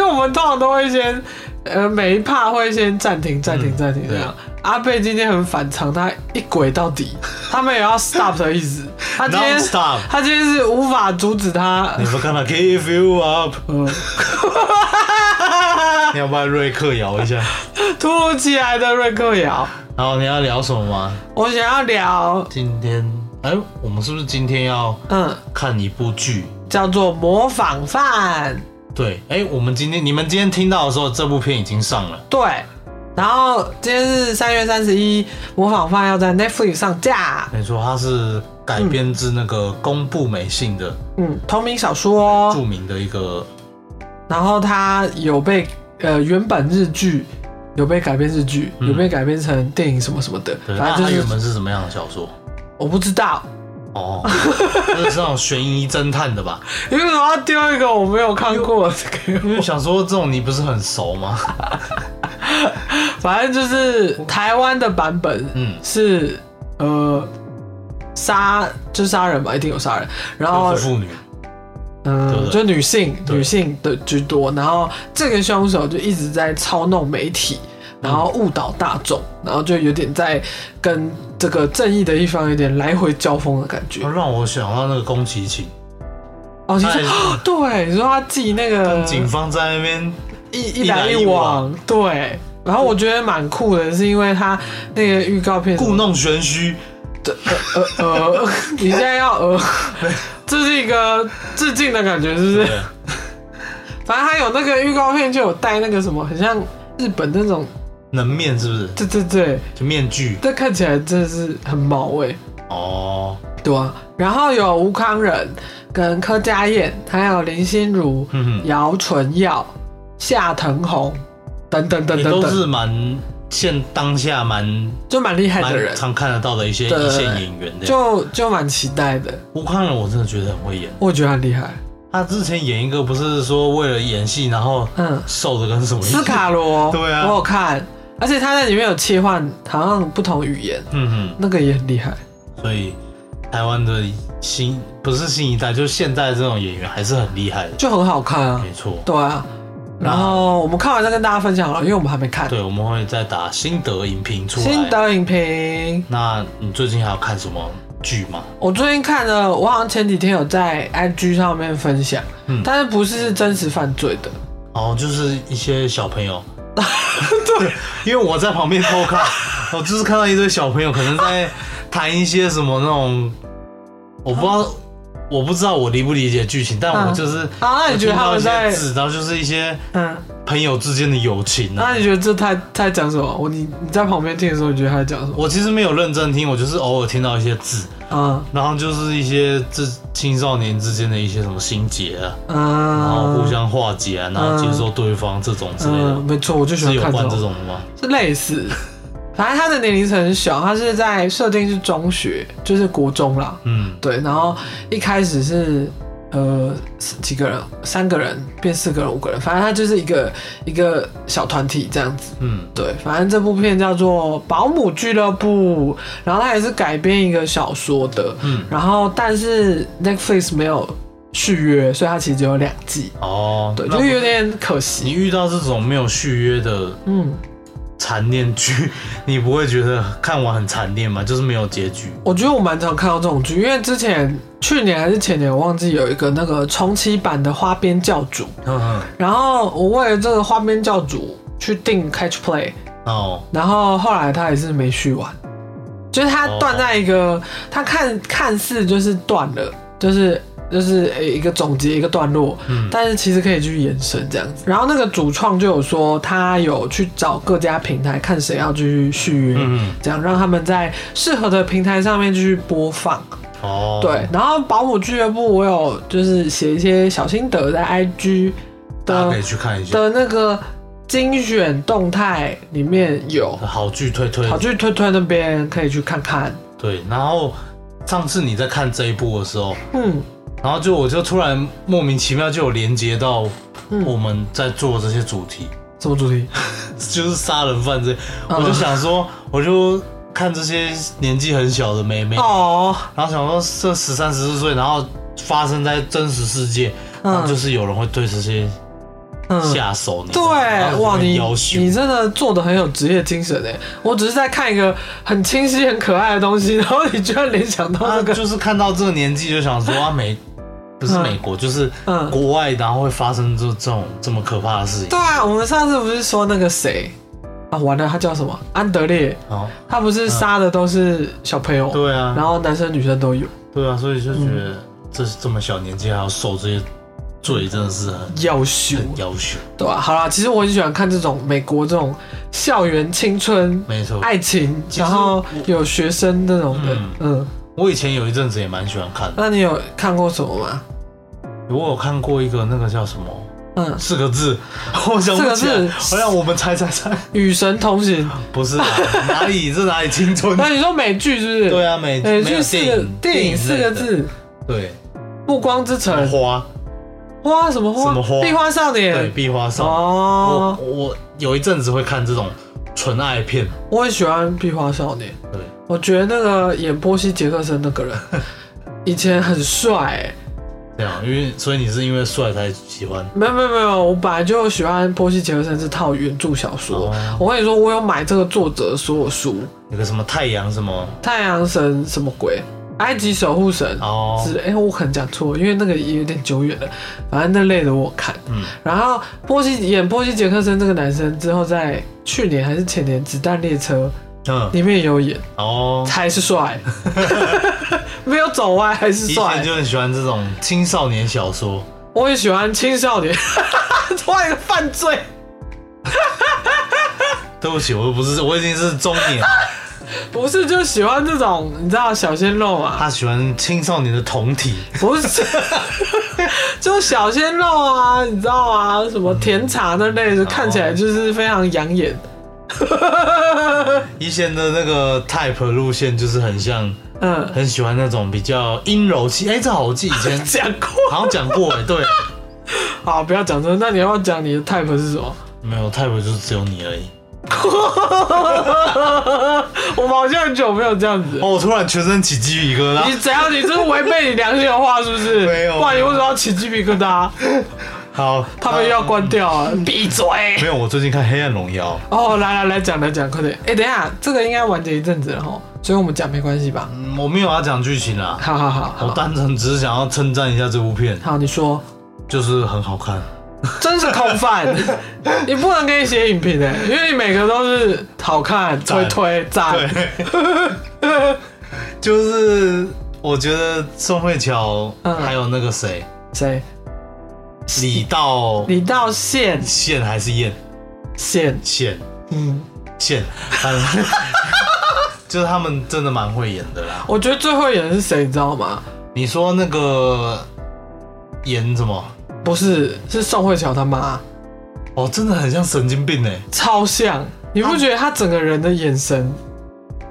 S1: 因为我们通常都会先，呃，每一趴会先暂停、暂停、
S2: 嗯
S1: 暂停这样。阿贝今天很反常，他一轨 到底，他没有要 stop 的意思。他今天
S2: Non stop
S1: 他今天是无法阻止他。
S2: Never gonna give you up。
S1: 嗯，
S2: 啊你要不要瑞克摇一下？
S1: 突如其来的瑞克摇，
S2: 然后你要聊什么吗？
S1: 我想要聊，
S2: 今天，哎，我们是不是今天要
S1: 嗯，
S2: 看一部剧？
S1: 叫做模仿犯，
S2: 对，哎，我们今天你们今天听到的时候，这部片已经上了。
S1: 对。然后今天是三月三十一，模仿犯要在 Netflix 上架，
S2: 没错，它是改编自那个宫部美幸的
S1: 嗯，同名小说哦。
S2: 著名的一个，
S1: 然后它有被呃原本日剧有被改编日剧，
S2: 嗯
S1: 有被改编成电影什么什么的，
S2: 对，
S1: 反
S2: 那
S1: 正
S2: 它
S1: 就
S2: 原
S1: 是
S2: 本是什么样的小说？
S1: 我不知道，
S2: 哦， 就是那种悬疑侦探的 吧？
S1: 你为什么要丢一个我没有看过 的给
S2: 因为
S1: 我？
S2: 想说这种你不是很熟吗？
S1: 反正就是台湾的版本
S2: 嗯，
S1: 是呃杀就是杀人嘛，一定有杀人，然后
S2: 就是妇女，对
S1: 嗯
S2: 不，对
S1: 就女性
S2: 对
S1: 女性的居多，然后这个凶手就一直在操弄媒体，然后误导大众，然后就有点在跟这个正义的一方有点来回交锋的感觉。
S2: 让我想到那个宫崎勤，
S1: 哦，其实
S2: 哎
S1: 哦对，你说他寄那个
S2: 警方在那边
S1: 一一
S2: 一
S1: 来
S2: 来
S1: 一
S2: 一
S1: 往，对。然后我觉得蛮酷的，是因为他那个预告片
S2: 故弄玄虚，
S1: 呃呃， 你现在要呃， 这是一个致敬的感觉，是不是？
S2: 对，
S1: 反正他有那个预告片就有带那个什么，很像日本那种，
S2: 能面是不是？
S1: 对对对，
S2: 就面具
S1: 这看起来真的是很毛哎、
S2: 哦，
S1: 对啊。然后有吴康仁、跟柯佳燕，还有林心如、
S2: 嗯哼，
S1: 姚纯耀、夏腾宏等等等
S2: 也
S1: 等
S2: 都
S1: 等，
S2: 是蛮现当下蛮
S1: 就蛮厉害的人
S2: 蛮，常看得到的一些
S1: 对对
S2: 一
S1: 对
S2: 线演员的。
S1: 就就蛮期待的。
S2: 吴康仁我真的觉得很会演，
S1: 我觉得很厉害，
S2: 他之前演一个不是说为了演戏然后
S1: 嗯。
S2: 瘦的跟什么一
S1: 斯
S2: 样，
S1: 卡罗，
S2: 对啊
S1: 我有看，而且他在里面有切换，好像不同语言，
S2: 嗯
S1: 那个也很厉害。
S2: 哼，所以台湾的新不是新一代，就是现代这种演员还是很厉害的，
S1: 就很好看啊
S2: 没，错。
S1: 对啊。然后我们看完再跟大家分享了，因为我们还没看。
S2: 对，我们会再打心得影评出来。
S1: 心得影评，
S2: 那你最近还有看什么剧吗？
S1: 我最近看了，我好像前几天有在 IG 上面分享，
S2: 嗯
S1: 但是不是真实犯罪的，
S2: 哦，就是一些小朋 友。对，因为我在旁边偷看， 我就是看到一堆小朋友可能在谈一些什么那种，我不知道，我不知道我理不理解剧情，但我
S1: 嗯
S2: 就是
S1: 啊那你
S2: 我
S1: 觉
S2: 听
S1: 得他
S2: 到
S1: 们
S2: 一些
S1: 在
S2: 字，然后就是一些
S1: 嗯，
S2: 朋友之间的友情啊
S1: 那。你觉得这他他在讲什么？我你你在旁边听的时候，你觉得他在讲什么？
S2: 我其实没有认真听，我就是偶尔听到一些字，
S1: 嗯
S2: 然后就是一些这青少年之间的一些什么心结啊，
S1: 嗯，
S2: 然后互相化解啊，然后接受对方这种之类的
S1: 嗯，，没错，我就喜
S2: 是
S1: 欢
S2: 有
S1: 看
S2: 关
S1: 这
S2: 这
S1: 种。
S2: 种的吗？
S1: 是类似，反正他的年龄层很小，他是在设定是中学，就是国中啦。
S2: 嗯，
S1: 对，然后一开始是呃几个人，三个人变四个人、五个人，反正他就是一个一个小团体这样子。
S2: 嗯，
S1: 对，反正这部片叫做《保姆俱乐部》，然后它也是改编一个小说的，
S2: 嗯
S1: 然后但是 Netflix 没有续约，所以它其实只有两季，
S2: 哦，
S1: 对，
S2: 那
S1: 就有点可惜。
S2: 你遇到这种没有续约的
S1: 嗯，
S2: 残念剧， 你不会觉得看完很残念吗？就是没有结局。
S1: 我觉得我蛮常看到这种剧，因为之前去年还是前年，我忘记有一个那个重启版的《花边教主》，
S2: 嗯哼，
S1: 然后我为了这个《花边教主》去订 Catch Play，
S2: 哦，
S1: 然后后来他也是没续完，就是他断在一个，他看看似就是断了，就是就是诶一个总结一个段落，
S2: 嗯
S1: 但是其实可以去延伸这样子。然后那个主创就有说，他有去找各家平台看谁要去续约，
S2: 嗯，
S1: 这样让他们在适合的平台上面继续播放。
S2: 哦，
S1: 对，，然后保姆俱乐部我有就是写一些小心得在 IG
S2: 大家可以
S1: 的
S2: 去看一下。
S1: 的那个精选动态里面有，
S2: 好剧推推
S1: 跑，去推推那边可以去看看。
S2: 对。然后上次你在看这一部的时候，
S1: 嗯，
S2: 然后就我就突然莫名其妙就有连接到
S1: 嗯
S2: 我们在做这些主题，
S1: 什么主题？
S2: 就是杀人犯这，
S1: 嗯
S2: 我就想说，我就看这些年纪很小的妹妹，
S1: 哦，
S2: 然后想说这十三十四岁，然后发生在真实世界，然后就是有人会对这些
S1: 嗯。
S2: 下手，你知
S1: 对
S2: 道吗然后，就
S1: 哇，
S2: 会
S1: 你
S2: 要求
S1: 你真的做的很有职业精神哎！我只是在看一个很清晰、很可爱的东西，然 后你居然联想到
S2: 啊，
S1: 这个，
S2: 就是看到这个年纪就想说啊美，不是
S1: 嗯
S2: 美国，就是
S1: 嗯
S2: 国外，然后会发生这这种这么可怕的事情
S1: 对，啊，我们上次不是说那个谁啊，完了，他叫什么？安德烈，
S2: 然后
S1: 他不是杀的都是小朋友，
S2: 哦对啊，
S1: 然后嗯男生女生都有，
S2: 对啊，所以就觉得这这么小年纪还要受这些罪，真的是很
S1: 要羞，
S2: 很要求，
S1: 对吧、啊好啦，其实我很喜欢看这种美国这种校园青春
S2: 没错。
S1: 爱情，
S2: 其实
S1: 然后有学生那种的，嗯
S2: 嗯我以前有一阵子也蛮喜欢看的，
S1: 那你有看过什么吗？
S2: 我有看过一个那个叫什么
S1: 嗯，
S2: 四个字，我想不起
S1: 四个
S2: 来，
S1: 字
S2: 好像我们猜猜猜。
S1: 与神同行。
S2: 不是啊，哪里这哪里青 春？
S1: 那你说美剧是不哎是？
S2: 对啊，美
S1: 美
S2: 没有
S1: 剧哎四个电影四个，
S2: 类的
S1: 字，哎《
S2: 对，
S1: 暮光之城》
S2: 花，
S1: 花什么花？
S2: 什么花
S1: 壁花少
S2: 对，
S1: 年。
S2: 壁花少。我
S1: 哎哦，
S2: 我有一阵子会看这种纯爱片，
S1: 我很喜欢壁花少年。
S2: 对，
S1: 我觉得那个演波西·杰克森那个人以前很帅、欸，
S2: 这样，因为所以你是因为帅才喜欢，
S1: 没有没有没有，我本来就喜欢波西·杰克森这套原著小说。
S2: 哦
S1: 我跟你说，我有买这个作者的所有书，
S2: 那个什么太阳什么
S1: 《太阳神》什么鬼，《埃及守护神》
S2: 哦，
S1: 之类，哎、我可能讲错，因为那个也有点久远了，反正那类的我看。
S2: 嗯
S1: 然后波西演波西杰克森这个男生之后，在去年还是前年《子弹列车
S2: 嗯》
S1: 里面也有演，
S2: 哦，
S1: 还 是帅，没有走歪，还是
S2: 以前
S1: 帅
S2: 就。很喜欢这种青少年小说，
S1: 我也喜欢青少年， 突然有犯罪，
S2: 对不起，我不是，我已经是中 年了，
S1: 不是就喜欢这种你知道小鲜肉嘛？
S2: 他喜欢青少年的同体，
S1: 不 是，就小鲜肉啊，你知道吗、什么甜茶那类的，看起来就是非常养眼。
S2: 以前的那个 type 路线就是很像，
S1: 嗯，
S2: 很喜欢那种比较阴柔气，哎、这好记，以前
S1: 讲过。
S2: 好像讲过哎、对，
S1: 好，不要讲这个。那你要不要讲你的 type 是什么？
S2: 没有 type 就是只有你而已。
S1: 我们好像很久没有这样子。
S2: 哦，我突然全身起鸡皮疙
S1: 你
S2: 瘩。
S1: 怎样？你这是违背你良心的话，是不 是？
S2: 没有
S1: 不然你为什么要起鸡皮疙瘩？
S2: 好，
S1: 他们又要关掉 啊！闭嘴！
S2: 没有，我最近看《黑暗荣耀》，
S1: 哦，来来来讲来讲，快点！哎、等一下，这个应该完结一阵子了哈，所以我们讲没关系吧？
S2: 嗯，我没有要讲剧情啦，
S1: 好好好
S2: 我
S1: 好，
S2: 单纯只是想要称赞一下这部片，
S1: 好，你说，
S2: 就是很好看。
S1: 真是空泛， 你不能给你写影评的，因为你每个都是好看、推
S2: 赞
S1: 推赞，
S2: 对，就是我觉得宋慧乔
S1: 嗯
S2: 还有那个谁，
S1: 谁？
S2: 李道
S1: 李道宪
S2: 宪还是燕
S1: 宪，
S2: 宪
S1: 嗯，
S2: 宪，他们 就是他们真的蛮会演的啦。
S1: 我觉得最会演的是谁，你知道吗？
S2: 你说那个演什么？
S1: 不是，是宋慧乔他妈，
S2: 哦，真的很像神经病哎。
S1: 超像，你不觉得她整个人的眼神，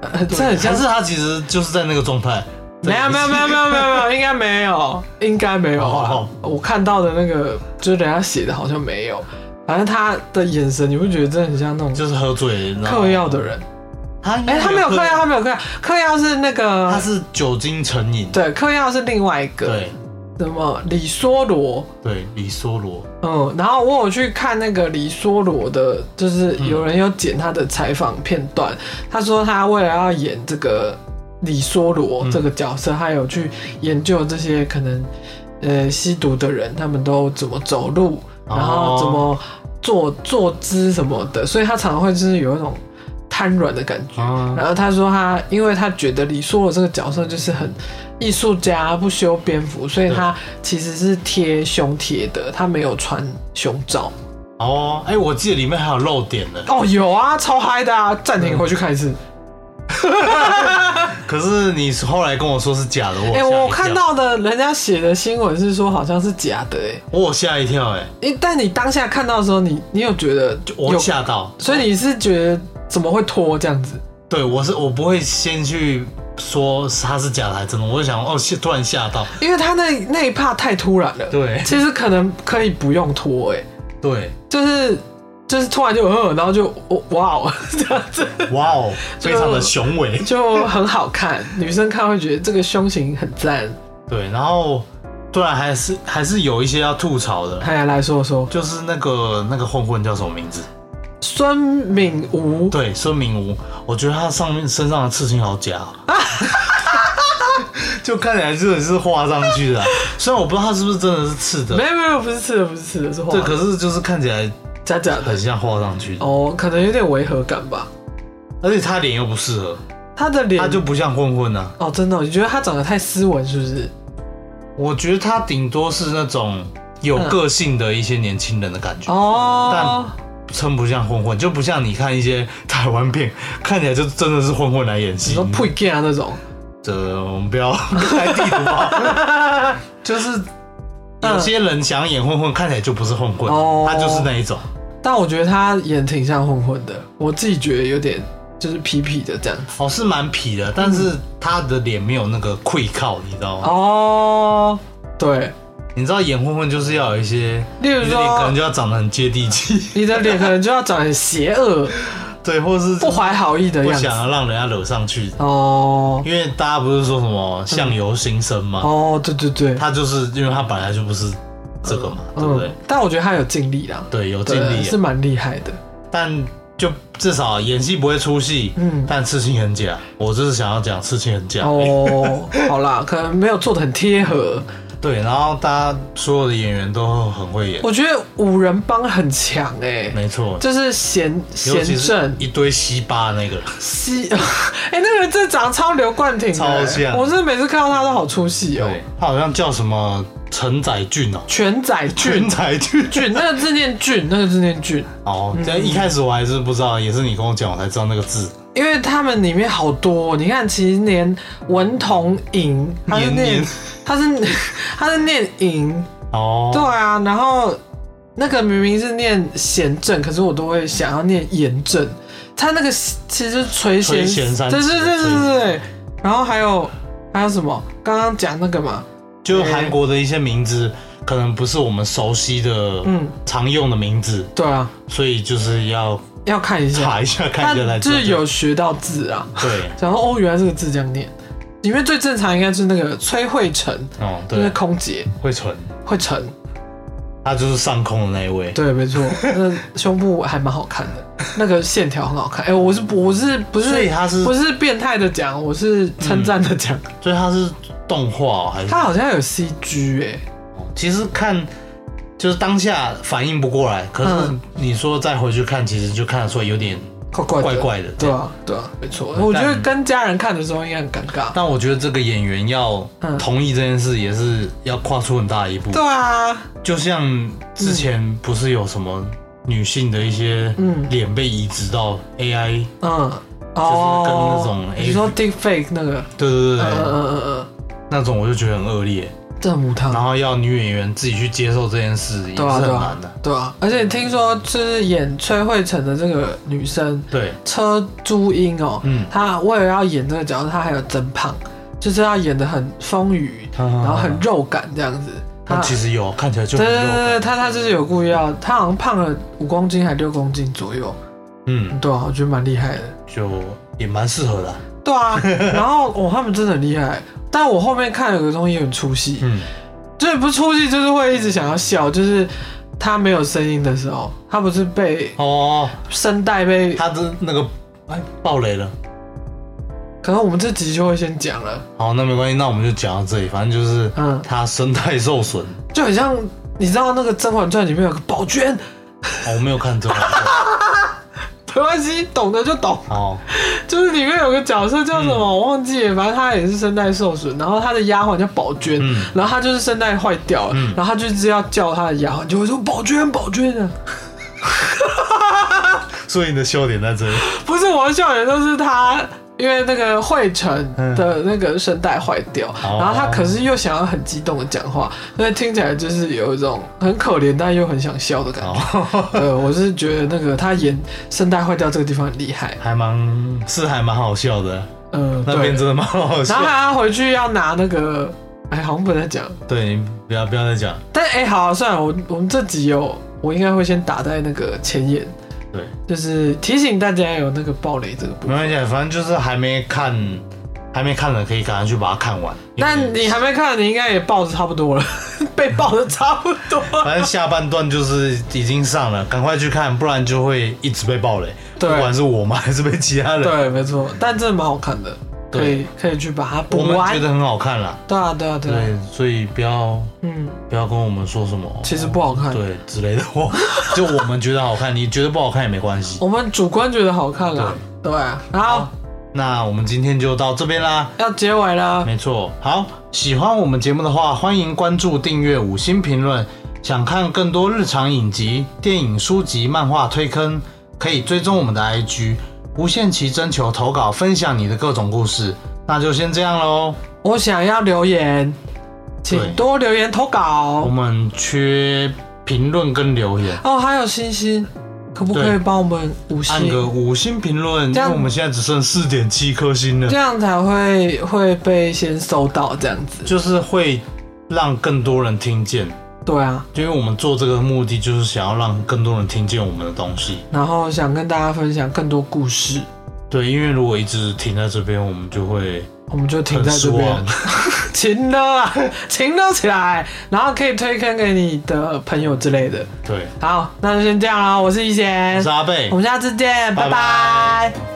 S1: 呃这很像
S2: 啊但是他其实就是在那个状态。
S1: 没有没有没有没有没有没 有，应该没有，应该没有啊
S2: 哦。
S1: 我看到的那个就是人家写的，好像没有。反正他的眼神，你不觉得真的很像那种
S2: 就是喝醉，你知道吗
S1: 嗑药的人？
S2: 他应该
S1: 哎，他没有嗑药，，他没有嗑药，嗑药是那
S2: 他
S1: 个
S2: 是酒精成瘾。
S1: 对，嗑药是另外一个
S2: 对
S1: 什么李梭罗。
S2: 对，李梭罗，
S1: 嗯，然后我有去看那个李梭罗的，就是有人有剪他的采访片段，他说他为了要演这个李梭罗
S2: 嗯
S1: 这个角色，他有去研究这些可能呃吸毒的人他们都怎么走路，
S2: 哦
S1: 然后怎么坐坐姿什么的，所以他常常会就是有一种瘫软的感觉。
S2: 啊
S1: 然后他说他，因为他觉得李硕罗这个角色就是很艺术家，不修边幅，所以他其实是贴胸贴的，他没有穿胸罩。
S2: 哦，哎、我记得里面还有漏点呢。
S1: 哦，有啊，超嗨的啊！暂停回去看一次。
S2: 可是你后来跟我说是假的，我
S1: 哎、
S2: 吓一跳
S1: 我看，到的人家写的新闻是说好像是假的、欸，
S2: 我吓一跳、哎，
S1: 哎，但你当下看到的时候，你你有觉得
S2: 我
S1: 有，
S2: 吓到。
S1: 所以你是觉得怎么会脱这样子？
S2: 对，我是我不会先去说他是假的还是真的，我就想哦，吓突然吓到。
S1: 因为他那那一帕太突然了。
S2: 对
S1: 其实可能可以不用脱、欸，
S2: 对，
S1: 就是就是突然就呃，然后就哦哇哦这样子，
S2: 哇哦，非常的雄伟。
S1: 就很好看。女生看会觉得这个胸型很赞。
S2: 对，然后突然还是还是有一些要吐槽的，
S1: 哎呀，来说说
S2: 就是那个那个混混叫什么名字？
S1: 孙敏吴，
S2: 对，孙明武，我觉得他上面身上的刺青好假、哦， 就看起来真的是画上去的啊、虽然我不知道他是不是真的是刺的
S1: 没，有没有，不是吃的，不是吃的，是画
S2: 对，
S1: 的，
S2: 可是就是看起来
S1: 假假的
S2: 很。像画上去的，
S1: 哦，可能有点违和感吧。
S2: 而且他脸又不适合，
S1: 他的脸
S2: 他就不像混混啊。
S1: 哦，真的哦，你觉得他长得太斯文是不是？
S2: 我觉得他顶多是那种有个性的一些年轻人的感觉，
S1: 哦，
S2: 称不像混混，就不像你看一些台湾片，看起来就真的是混混来演
S1: 你
S2: 戏
S1: 说。配 gay 啊那种，
S2: 这我们不要 开地图炮，就是有些人想要演混混，看起来就不是混混
S1: 嗯哦，
S2: 他就是那一种。
S1: 但我觉得他演挺像混混的，我自己觉得有点就是痞痞的这样子。
S2: 哦，是蛮痞的，但是他的脸没有那个溃靠，你知道吗？
S1: 哦，对，
S2: 你知道演混混就是要有一些，
S1: 例如
S2: 你的
S1: 说
S2: 脸可能就要长得很接地气。
S1: 你的脸可能就要长得很邪恶，
S2: 对，或是
S1: 不怀好意的
S2: 不
S1: 样子
S2: 想。要让人家惹上去，
S1: 哦
S2: 因为大家不是说什么相由心生嘛，
S1: 哦，对对对，
S2: 他就是因为他本来就不是这个嘛，对不对？
S1: 嗯，但我觉得他有尽力啦，
S2: 对，有尽
S1: 对，
S2: 力
S1: 是
S2: 啊，
S1: 蛮厉害的。
S2: 但就至少演戏不会出戏，
S1: 嗯，
S2: 但刺青很假。我就是想要讲刺青很假。
S1: 哦，好啦，可能没有做的很贴合。
S2: 对，然后大家所有的演员都很会演，
S1: 我觉得五人帮很强哎、
S2: 没错，
S1: 就是贤
S2: 尤
S1: 贤
S2: 其是
S1: 正
S2: 一堆西巴那个，
S1: 西， 哎、那个人真的长得超刘冠廷的、
S2: 超像
S1: 我真的每次看到他都好出戏哦、
S2: 对，他好像叫什么陈载俊哦，
S1: 全仔
S2: 陈
S1: 俊
S2: 载俊。
S1: 俊，嗯那个字念俊，那个字念俊，
S2: 哦，这一开始我还是不知道，也是你跟我讲，我才知道那个字。
S1: 因为他们里面好多、你看，其实连文童莹，他是
S2: 年
S1: 念
S2: 年，
S1: 他是他是念莹，
S2: 哦，
S1: 对啊，然后那个明明是念贤正，可是我都会想要念严正。他那个其实是垂涎，
S2: 垂涎三尺
S1: 对对对对
S2: 垂
S1: 对对。然后还有还有什么？刚刚讲那个嘛，
S2: 就韩国的一些名字，可能不是我们熟悉的、
S1: 嗯
S2: 常用的名字，
S1: 对啊，
S2: 所以就是要
S1: 要看一下，
S2: 查一下
S1: 他
S2: 看一下才知
S1: 就
S2: 道。
S1: 是有学到字啊，
S2: 对，
S1: 然后哦，原来这个字这样念。里面最正常应该是那个崔慧晨，
S2: 哦，
S1: 因为
S2: 对，
S1: 空姐
S2: 会蠢，
S1: 慧晨，
S2: 他就是上空的那一位。
S1: 对，没错，那胸部还蛮好看的，那个线条很好看。哎、我是我是不是
S2: 所以他是，嗯
S1: 不是变态的讲，我是称赞的讲。
S2: 所以他是动画、哦、还是？
S1: 他好像有 CG 哎、
S2: 其实看就是当下反应不过来，可是
S1: 嗯
S2: 你说再回去看，其实就看得出来有点
S1: 怪怪
S2: 怪
S1: 的，
S2: 怪的。
S1: 对啊，对啊，没错。我觉得跟家人看的时候应该很尴尬。
S2: 但我觉得这个演员要
S1: 嗯
S2: 同意这件事，也是要跨出很大的一步。
S1: 对啊，
S2: 就像之前不是有什么女性的一些
S1: 嗯
S2: 脸被移植到 AI，、
S1: 嗯，
S2: 跟那种
S1: 哦，
S2: A-
S1: 你说 Deep Fake 那个，
S2: 对对对对，
S1: 嗯嗯嗯嗯
S2: 那种我就觉得很恶劣。
S1: 嗯，这很母
S2: 然
S1: 汤。
S2: 后要女演员自己去接受这件事，也是
S1: 对啊，
S2: 很
S1: 对
S2: 难
S1: 啊
S2: 的。，
S1: 对啊。而且听说就是演崔慧晨的这个女生
S2: 对，
S1: 车朱茵哦，
S2: 嗯，
S1: 她为了要演这个角色，她还有增胖，就是要演的很丰腴，然
S2: 然
S1: 后很，肉感这样子。她
S2: 哦他其实有看起来就很
S1: 对
S2: 肉
S1: 对对对，
S2: 感，
S1: 他他就是有故意要，他好像胖了五公斤还六公斤左右，
S2: 嗯，
S1: 对啊，我觉得蛮厉害的。
S2: 就也蛮适合的啊，
S1: 对 啊，然后哦，他们真的很厉害，但我后面看有个东西很出戏，
S2: 嗯，
S1: 就是不出戏就是会一直想要笑，就是他没有声音的时候，他不是被
S2: 哦，
S1: 声带被，
S2: 他的那个哎爆雷了，
S1: 可能我们这集就会先讲了，
S2: 好，那没关系，那我们就讲到这里，反正就是
S1: 嗯，
S2: 他生态受损，
S1: 就很像你知道那个《甄嬛传》里面有个宝娟，
S2: 哦我没有看这个，
S1: 没关系，懂的就懂。
S2: 哦，
S1: 就是里面有个角色叫什
S2: 嗯
S1: 么，我忘记了，反正他也是声带受损，然后他的丫鬟叫宝娟，
S2: 嗯
S1: 然后他就是声带坏掉了，
S2: 嗯
S1: 然后他就一直要叫他的丫鬟，就会说宝娟宝娟啊，
S2: 所以你的笑点在这里，
S1: 不是我的笑点，就是他。因为那个惠晨的那个声带坏掉，
S2: 嗯
S1: 然后他可是又想要很激动的讲话，所以听起来就是有一种很可怜但又很想笑的感觉。
S2: 哦，
S1: 呃，我是觉得那个他演声带坏掉这个地方很厉害。
S2: 还蛮是还蛮好笑的，
S1: 嗯、
S2: 那边
S1: 对。
S2: 真的蛮好
S1: 然
S2: 笑
S1: 后，还要回去要拿那个，哎，好像不能讲。
S2: 对，你不要不要再讲，
S1: 但哎、好、啊，算了，我我们这集有，我应该会先打在那个前言，
S2: 对，
S1: 就是提醒大家有那个暴雷这个部
S2: 没关
S1: 分。
S2: 系，反正就是还没看，还没看的可以赶快去把它看完。
S1: 但你还没看，你应该也爆的差不多了， 被爆的差不 多了。
S2: 反正下半段就是已经上了，赶快去看，不然就会一直被爆雷。
S1: 对
S2: 不管是我们还是被其他人，
S1: 对，没错，但真的蛮好看的，可以可以去把它
S2: 我
S1: 补
S2: 们
S1: 完
S2: 觉。得很好看啦。
S1: 对啊，对啊，对啊，
S2: 对，所以不要
S1: 嗯，
S2: 不要跟我们说什么，
S1: 其实不好看，
S2: 对之类的话， 就我们觉得好看，你觉得不好看也没关系。
S1: 我们主观觉得好看啦。对啊，然后
S2: 好那我们今天就到这边啦。
S1: 要结尾了，
S2: 没错，好，喜欢我们节目的话，欢迎关注、订阅、五星评论。想看更多日常影集、电影、书籍、漫画推坑，可以追踪我们的 IG，无限期征求投稿，分享你的各种故事。那就先这样喽，
S1: 我想要留言，
S2: 对
S1: 请多留言投
S2: 我
S1: 稿。
S2: 们缺评论跟留言，
S1: 哦，还有星星，可不可以
S2: 对
S1: 帮我们五星？
S2: 按个五星评论，
S1: 这
S2: 因为
S1: 样
S2: 我们现在只剩四点七颗星了
S1: 这，样才会会被先收到这样子。
S2: 就是会让更多人听见。
S1: 对啊，
S2: 因为我们做这个目的就是想要让更多人听见我们的东西。
S1: 然后想跟大家分享更多故事，
S2: 对，因为如果一直停在这边，我们就会
S1: 我们就停
S2: 很
S1: 在
S2: 失
S1: 这边
S2: 望。。
S1: 勤了啊，勤了起来，然后可以推坑给你的朋友之类的。
S2: 对，
S1: 好，那就先这样啦，我是一
S2: 我
S1: 贤
S2: 是，阿贝
S1: 我，们下次见，
S2: 拜
S1: 拜拜